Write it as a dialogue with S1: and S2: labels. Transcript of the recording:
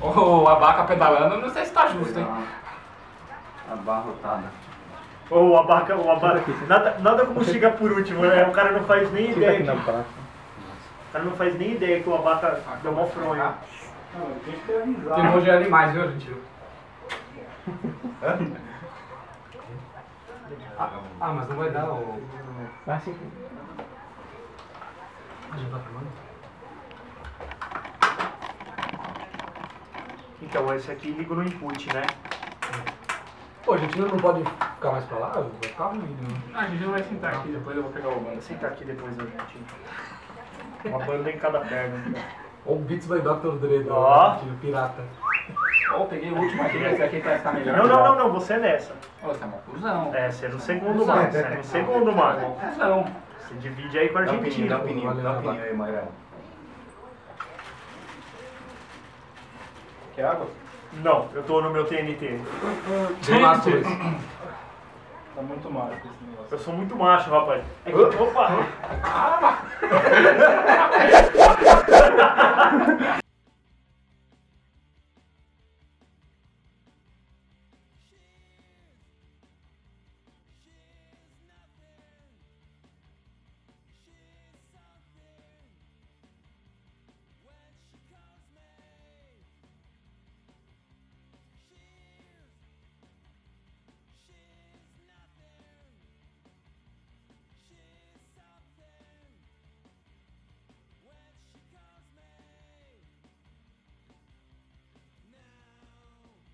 S1: Ô, a vaca pedalando, não sei se tá justo, hein?
S2: Abarrotada.
S3: Ou a barca, ou a barca. Nada, nada como chegar por último, né? O cara não faz nem ideia. que- O cara não faz nem ideia que o abaca deu mó fronha.
S1: De novo um de animais, viu, gente? ah, ah, mas não vai dar o. Ah, já tá filmando?
S3: Então, esse aqui liga no input, né?
S1: Pô, a gente não pode ficar mais pra lá? Vai ficar ruim, né?
S4: A gente não vai
S2: Tá
S4: sentar aqui, depois eu vou pegar o bando.
S3: Senta aqui depois da gente. Uma banda em cada perna.
S1: Ou o Beats vai dar pelo direito,
S3: Ó.
S1: tio pirata.
S2: Ó, peguei o último aqui, esse aqui parece que tá melhor.
S3: Não, não, não, não, você é nessa.
S2: Ô, você é uma cuzão.
S3: É, você é no segundo, mano. Você é no segundo, mano.
S2: Cuzão.
S3: Você divide aí com a
S2: Dá um pininho, dá
S3: Argentina.
S2: um pininho, dá um pininho aí, Magrela. Quer água?
S3: Não, eu tô no meu TNT.
S1: Vem lá, Turis.
S4: Tá muito mágico esse negócio.
S3: Eu sou muito macho, rapaz. É que, opa!